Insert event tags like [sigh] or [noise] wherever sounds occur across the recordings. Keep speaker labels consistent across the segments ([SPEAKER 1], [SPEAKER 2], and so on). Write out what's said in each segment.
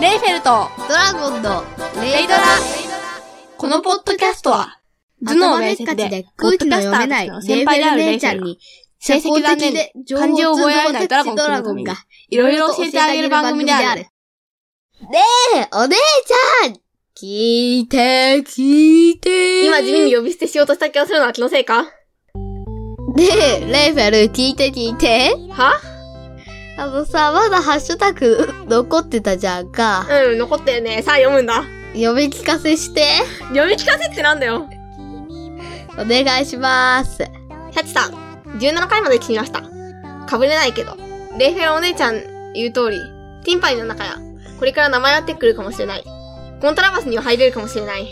[SPEAKER 1] レイフェルト
[SPEAKER 2] ドラゴンのレイドラ。
[SPEAKER 1] このポッドキャストは、頭脳
[SPEAKER 2] 頭
[SPEAKER 1] 明
[SPEAKER 2] 明
[SPEAKER 1] 晰
[SPEAKER 2] 晰
[SPEAKER 1] で
[SPEAKER 2] で、
[SPEAKER 1] 空
[SPEAKER 2] 空
[SPEAKER 1] 気
[SPEAKER 2] 気
[SPEAKER 1] の読
[SPEAKER 2] の読
[SPEAKER 1] めな
[SPEAKER 2] めないい
[SPEAKER 1] レイ
[SPEAKER 2] レイ
[SPEAKER 1] フ
[SPEAKER 2] フ
[SPEAKER 1] ェル
[SPEAKER 2] ェル
[SPEAKER 1] 姉
[SPEAKER 2] 姉
[SPEAKER 1] ち
[SPEAKER 2] ち
[SPEAKER 1] ゃ
[SPEAKER 2] ゃ
[SPEAKER 1] ん
[SPEAKER 2] ん
[SPEAKER 1] に
[SPEAKER 2] に、
[SPEAKER 1] 成績残念で漢字を覚えられないドラゴンくんの組に、いろいろ教えてあげる番組である。。
[SPEAKER 2] ねえ、お姉ちゃん聞いて、聞いて。
[SPEAKER 3] 今地味に呼び捨てしようとした気がするのは気のせいか
[SPEAKER 2] ねえ、レイフェル、聞いて聞いて。
[SPEAKER 3] は
[SPEAKER 2] あのさ、まだハッシュタグ残ってたじゃんか。
[SPEAKER 3] うん、残ってるね。さあ読むんだ。
[SPEAKER 2] 読み聞かせして。
[SPEAKER 3] 読み聞かせってなんだよ。
[SPEAKER 2] お願いします。
[SPEAKER 3] シャチさん、17回まで聞きました。かぶれないけど、レイフェルお姉ちゃん言う通り、ティンパニーの中や、これから名前が出てくるかもしれない。コントラバスには入れるかもしれない。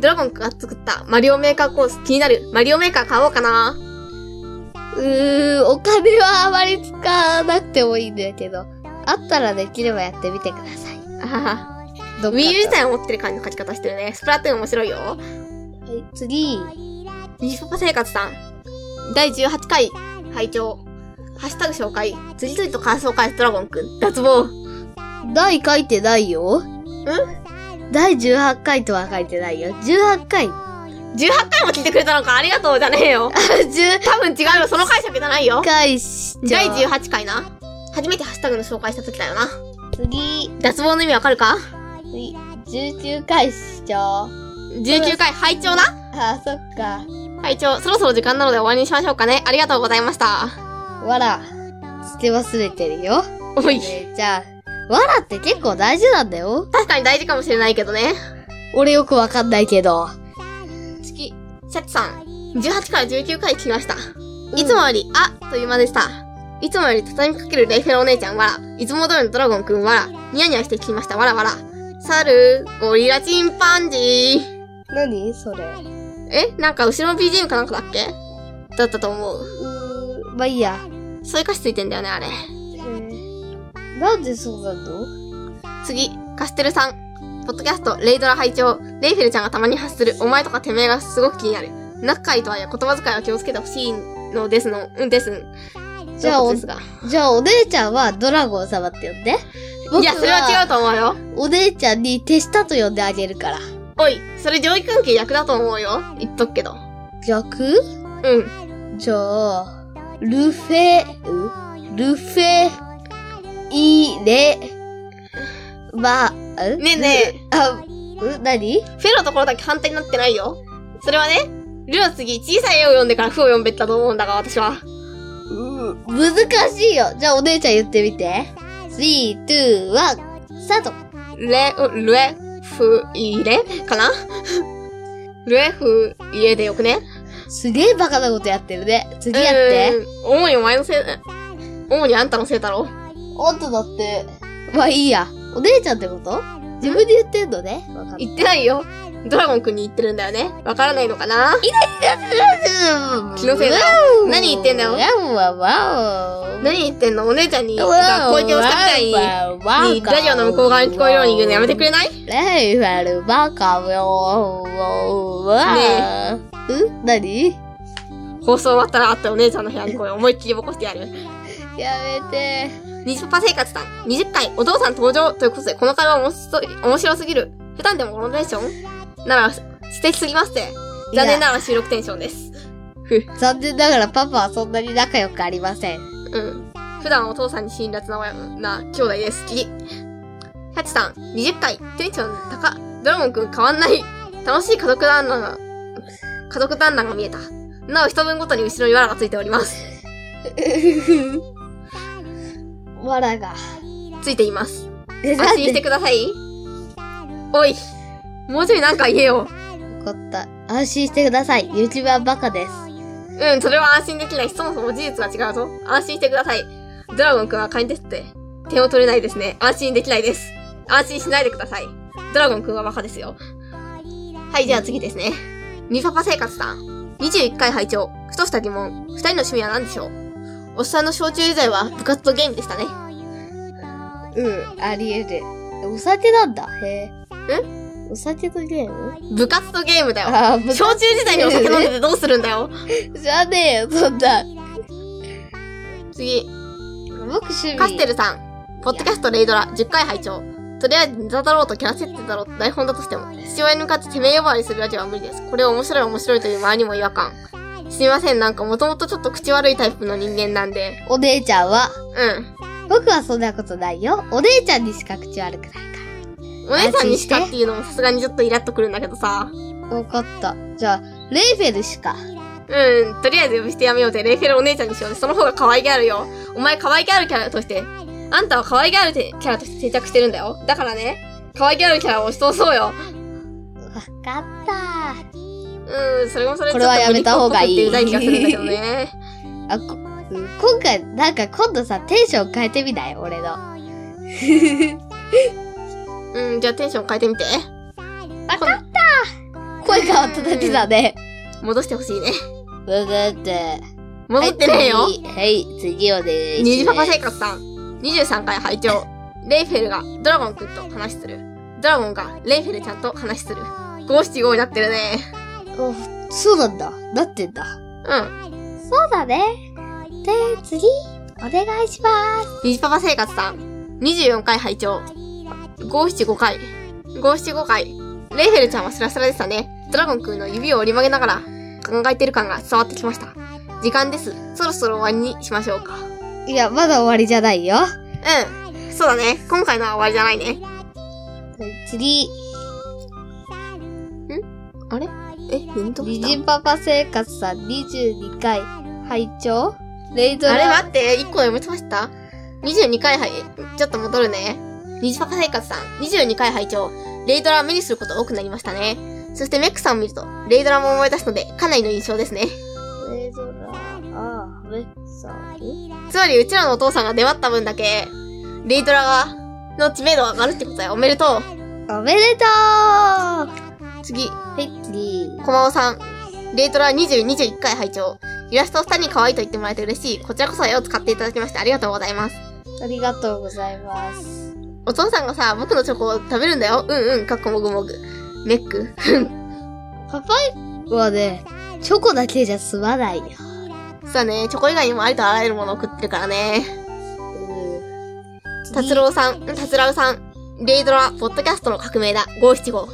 [SPEAKER 3] ドラゴンが作ったマリオメーカーコース気になる。マリオメーカー買おうかな。
[SPEAKER 2] うーん、お金はあまり使わなくてもいいんだけど、あったらできればやってみてください。
[SPEAKER 3] あはは。
[SPEAKER 2] どっか
[SPEAKER 3] Wii U 自
[SPEAKER 2] と
[SPEAKER 3] 体を持ってる感じの勝ち方してるね。スプラトゥーン面白いよ。
[SPEAKER 2] はい次。
[SPEAKER 3] 西パパ生活さん。第18回、拝聴。ハッシュタグ紹介。次々と感想を返すドラゴンくん。脱帽。
[SPEAKER 2] 第書いてないよ。第18回とは書いてないよ。18回。 [laughs]
[SPEAKER 3] 18回も聞いてくれたのかありがとうじゃねえよ。
[SPEAKER 2] 18
[SPEAKER 3] 多分違うよ。その解釈じゃないよ。
[SPEAKER 2] 回しち
[SPEAKER 3] 第
[SPEAKER 2] ゃう。
[SPEAKER 3] 18回な。初めてハッシュタグの紹介した時だよな。
[SPEAKER 2] 次。
[SPEAKER 3] 脱帽の意味わかるか
[SPEAKER 2] 次。19回しちゃう。
[SPEAKER 3] ?19 回、拝聴な。
[SPEAKER 2] あ、そっか。
[SPEAKER 3] 拝聴。そろそろ時間なので終わりにしましょうかね。ありがとうございました。
[SPEAKER 2] わら。捨て忘れてるよ。
[SPEAKER 3] おい。
[SPEAKER 2] えーじゃあ、わらって結構大事なんだよ。
[SPEAKER 3] 確かに大事かもしれないけどね。
[SPEAKER 2] 俺よくわかんないけど。
[SPEAKER 3] 次、シャチさん。18から19回聞きました。いつもより、あ、という間でした。いつもより畳みかけるレイフェルお姉ちゃんわら。いつも通りのドラゴンくんわら。ニヤニヤして聞きましたわらわら。猿、ゴリラチンパンジー。
[SPEAKER 2] 何それ。う
[SPEAKER 3] えなんか後ろの BGM かなんかだっけだったと思う。
[SPEAKER 2] ーん、まあいいや。
[SPEAKER 3] そういう歌詞ついてんだよね、あれ。
[SPEAKER 2] えーなんでそうなの
[SPEAKER 3] 次、カステルさん。ポッドキャスト、レイドラ拝聴レイフェルちゃんがたまに発する、お前とかてめえがすごく気になる。仲いいとはいえ言葉遣いは気をつけてほしいのですの、うんですん。
[SPEAKER 2] じゃあ
[SPEAKER 3] ということですが。
[SPEAKER 2] じゃあお姉ちゃんはドラゴン様って呼んで。僕
[SPEAKER 3] いや、それは違うと思うよ。
[SPEAKER 2] お姉ちゃんに手下と呼んであげるから。
[SPEAKER 3] おい、それ上位関係役だと思うよ。言っとくけど。
[SPEAKER 2] 逆
[SPEAKER 3] うん。
[SPEAKER 2] じゃあ、ルフェ、んルフェ、イレ、ま、ん
[SPEAKER 3] ねえねえ、
[SPEAKER 2] あ、ん何
[SPEAKER 3] フェロのところだけ反対になってないよ。それはね、ルの次、小さい絵を読んでからフを読んべったと思うんだが、私は。
[SPEAKER 2] うん難しいよ。じゃあお姉ちゃん言ってみて。3、2、1、スタート。
[SPEAKER 3] レ、うルエ、フ、イレかな [laughs] ルエ、フ、イレでよくね
[SPEAKER 2] すげえバカなことやってるね。次やって。
[SPEAKER 3] うーん主にお前のせい、主にあんたのせいだろ。
[SPEAKER 2] おっとだって。まあいいや。お姉ちゃんってこと自分で言ってんのね。わかった。
[SPEAKER 3] 言ってないよ。ドラゴンくんに言ってるんだよね。わからないのかな気のせいだ
[SPEAKER 2] うん
[SPEAKER 3] 何言ってんだよ
[SPEAKER 2] わおわおわお
[SPEAKER 3] 何言ってんのお姉ちゃんに、
[SPEAKER 2] わお
[SPEAKER 3] が攻撃をしたみたいに。にラジオの向こう側に聞こえるように言うのやめてくれない
[SPEAKER 2] レイフェルバカよ。ねえ。ん何
[SPEAKER 3] 放送終わったらあったお姉ちゃんの部屋にこれ思いっきりぼこしてやる。
[SPEAKER 2] やめて。
[SPEAKER 3] ニジパパ生活さん、20回お父さん登場ということで、この会話面白い面白すぎる。普段でもこのテンションなら、素敵すぎますって。残念ながら収録テンションです。
[SPEAKER 2] 残念ながらパパはそんなに仲良くありません。
[SPEAKER 3] うん。普段お父さんに辛辣な親な兄弟です。きり。ハチさん、20回、テンション高。ドラゴンくん変わんない。楽しい家族団らんが、家族団らんが見えた。なお一分ごとに後ろに藁がついております。
[SPEAKER 2] わらが。
[SPEAKER 3] ついています。
[SPEAKER 2] え、な
[SPEAKER 3] 安
[SPEAKER 2] ん
[SPEAKER 3] 心して
[SPEAKER 2] で
[SPEAKER 3] ください。おい、もうちょいなんか言えよ。
[SPEAKER 2] わかった。安心してください。YouTube はバカです。
[SPEAKER 3] うん、それは安心できないし、そもそも事実が違うぞ。安心してください。ドラゴンくんは会員ですって。点を取れないですね。安心できないです。安心しないでください。ドラゴンくんはバカですよ。はい、じゃあ次ですね。ニパパ生活さん。21回拝聴ふとした疑問。二人の趣味は何でしょうおっさんの小中時代は部活とゲームでしたね。う
[SPEAKER 2] あり得る。お酒なんだ。へえ。お酒とゲーム
[SPEAKER 3] ん。部活とゲームだよ。
[SPEAKER 2] あー、
[SPEAKER 3] 小中時代にお酒飲んでてどうするんだよ。
[SPEAKER 2] じゃねえよ、そんな。
[SPEAKER 3] 次、
[SPEAKER 2] 僕趣味。
[SPEAKER 3] カステルさん、ポッドキャストレイドラ10回拝聴とりあえずネタだろうとキャラ設定だろうと台本だとしても、父親に向かっててめえ呼ばわりするわけは無理です。これを面白い面白いという周りも違和感。すみません、なんかもともとちょっと口悪いタイプの人間なんで。
[SPEAKER 2] お姉ちゃんは、
[SPEAKER 3] うん。
[SPEAKER 2] 僕はそんなことないよ。お姉ちゃんにしか口悪くないか
[SPEAKER 3] お姉さんにしかっていうのもさすがにちょっとイラっとくるんだけどさ。
[SPEAKER 2] ら。わかった。じゃあ、レイフェルしか。
[SPEAKER 3] うん、とりあえず呼び捨てやめようぜ。レイフェルお姉ちゃんにしようぜ。その方が可愛げあるよ。お前可愛げあるキャラとして、あんたは可愛げあるてキャラとして定着してるんだよ。だからね、可愛げあるキャラを押し通そうよ。
[SPEAKER 2] わかった。
[SPEAKER 3] うん、それもそれ
[SPEAKER 2] これはやめた方がいい
[SPEAKER 3] ちょっと無理っぽくっていうデザインがするんだけどね。
[SPEAKER 2] あ、こ、うん今回、なんか今度さ、テンション変えてみない俺の。
[SPEAKER 3] うん、じゃあテンション変えてみて。
[SPEAKER 2] わかった声変わっただけだね。
[SPEAKER 3] 戻してほしいね。
[SPEAKER 2] だだって。
[SPEAKER 3] 戻ってねえよ。
[SPEAKER 2] はい、次お願いします。
[SPEAKER 3] ニジパパ生活さん。23回拝聴。レイフェルがドラゴンくんと話する。ドラゴンがレイフェルちゃんと話する。五七五になってるね。
[SPEAKER 2] おそうなんだ。なってんだ。
[SPEAKER 3] うん。
[SPEAKER 2] そうだね。で、次、お願いします。
[SPEAKER 3] ニジパパ生活さん。24回拝聴。五七五回。五七五回。レイフェルちゃんはスラスラでしたね。ドラゴンくんの指を折り曲げながら考えてる感が伝わってきました。時間です。そろそろ終わりにしましょうか。
[SPEAKER 2] いや、まだ終わりじゃないよ。
[SPEAKER 3] うん。そうだね。今回のは終わりじゃないね。
[SPEAKER 2] 次、
[SPEAKER 3] あれえ、何と
[SPEAKER 2] ニジパパ生活さん22回、拝聴レイド
[SPEAKER 3] あれ
[SPEAKER 2] ラ、
[SPEAKER 3] 待って、1個読み飛ばした ?22 回はい、ちょっと戻るね。虹パカ生活さん、22回拝聴レイドラを目にすること多くなりましたね。そしてメックさんを見ると、レイドラも思い出すので、かなりの印象ですね。
[SPEAKER 2] レイドラ、あー、メッサー、
[SPEAKER 3] つまり、うちらのお父さんが出会った分だけ、レイドラが、の知名度が上がるってことだよ。おめでと
[SPEAKER 2] おめでとうは
[SPEAKER 3] う。次、
[SPEAKER 2] い、次。
[SPEAKER 3] コマオさん。レイトラ20、21回拝聴イラストを2人に可愛いと言ってもらえて嬉しい。こちらこそ絵を使っていただきましてありがとうございます。
[SPEAKER 2] ありがとうございます。
[SPEAKER 3] お父さんがさ、僕のチョコを食べるんだよ。うんうん、かっこもぐもぐ。メック。
[SPEAKER 2] パパはね、チョコだけじゃ済まないよ。
[SPEAKER 3] そうだね、チョコ以外にもありとあらゆるものを食ってるからね。達郎さん、達郎さん。レイドラ、ポッドキャストの革命だ。五七五。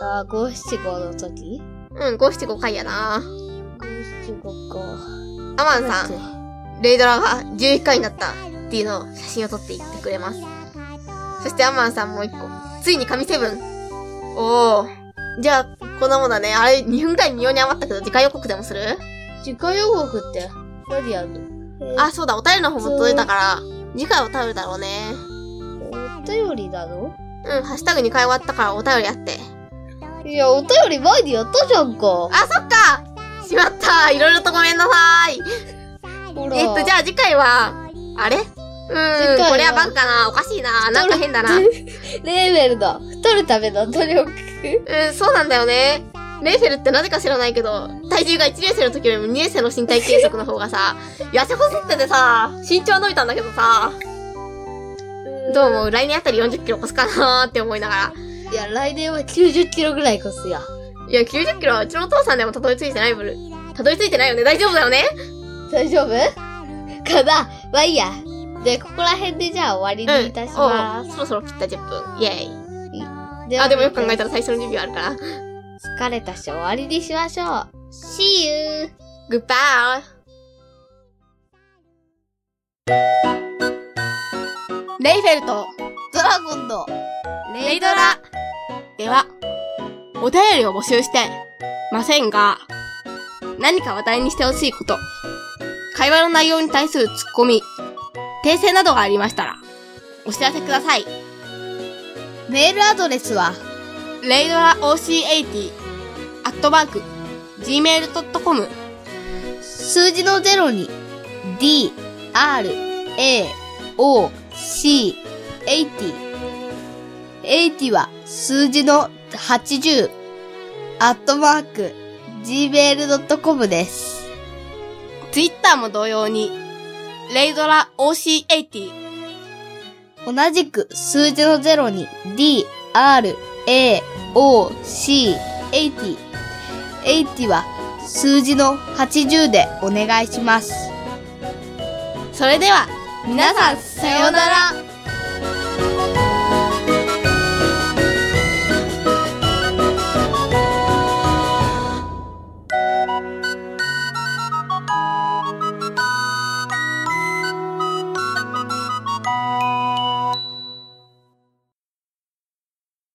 [SPEAKER 2] あ、五七五の時
[SPEAKER 3] うん、五七五回やな。
[SPEAKER 2] 五七五か。
[SPEAKER 3] アマンさん、レイドラが11回になったっていうのを写真を撮っていってくれます。そしてアマンさんもう一個。ついに神セブン。おー。じゃあ、こんなもんだね。あれ、2分ぐらい見ように余ったけど、次回予告でもする
[SPEAKER 2] 次回予告って何やるの
[SPEAKER 3] あ、、そうだ、お便りの方も届いたから、次回お便りだろうね。
[SPEAKER 2] お便りなの
[SPEAKER 3] うん、ハッシュタグ2回終わったからお便りやって。
[SPEAKER 2] いや、お便り前にやったじゃんか。
[SPEAKER 3] あ、そっかしまったいろいろとごめんなさい
[SPEAKER 2] ほら。
[SPEAKER 3] えっと、じゃあ次回は、あれうー
[SPEAKER 2] 回
[SPEAKER 3] ん、
[SPEAKER 2] は
[SPEAKER 3] これはバグかなおかしいななんか変だな。
[SPEAKER 2] [laughs] レーベルの太るための努力。
[SPEAKER 3] うん、そうなんだよね。レイフェルってなぜか知らないけど、体重が1年生の時よりも2年生の身体計測の方が
[SPEAKER 2] [laughs]
[SPEAKER 3] さ、痩せ細っててさ、身長伸びたんだけどさ、どう思う来年あたり40キロ越すかなーって思いながら。
[SPEAKER 2] いや、来年は90キロぐらい越すよ。
[SPEAKER 3] いや、90キロはうちのお父さんでもたどり着いてないぶる。たどり着いてないよね大丈夫だよね
[SPEAKER 2] 大丈夫かなまあいいや。で、ここら辺でじゃあ終わりにいたしま
[SPEAKER 3] うんおう
[SPEAKER 2] す。
[SPEAKER 3] そろそろ切った10分。イェイ。
[SPEAKER 2] で
[SPEAKER 3] あ、でもよく考えたら最初の授業あるから。
[SPEAKER 2] 疲れたし終わりにしましょう。See you!
[SPEAKER 3] Goodbye! レイフェルと
[SPEAKER 2] ドラゴンの
[SPEAKER 3] レイドラでは、お便りを募集してませんが、何か話題にしてほしいこと、会話の内容に対するツッコミ、訂正などがありましたら、お知らせください。
[SPEAKER 2] メールアドレスは
[SPEAKER 3] レイドラ OC80、アットマーク、gmail.com、
[SPEAKER 2] 数字の0に d, r, a, o, c, 80。80は数字の80。アットマーク gmail.com です。
[SPEAKER 3] Twitter も同様に、レイドラ OC80、
[SPEAKER 2] 同じく数字の0に d, r, a, o, c, 80。80は数字の80でお願いします。
[SPEAKER 3] それでは、皆さん、さようなら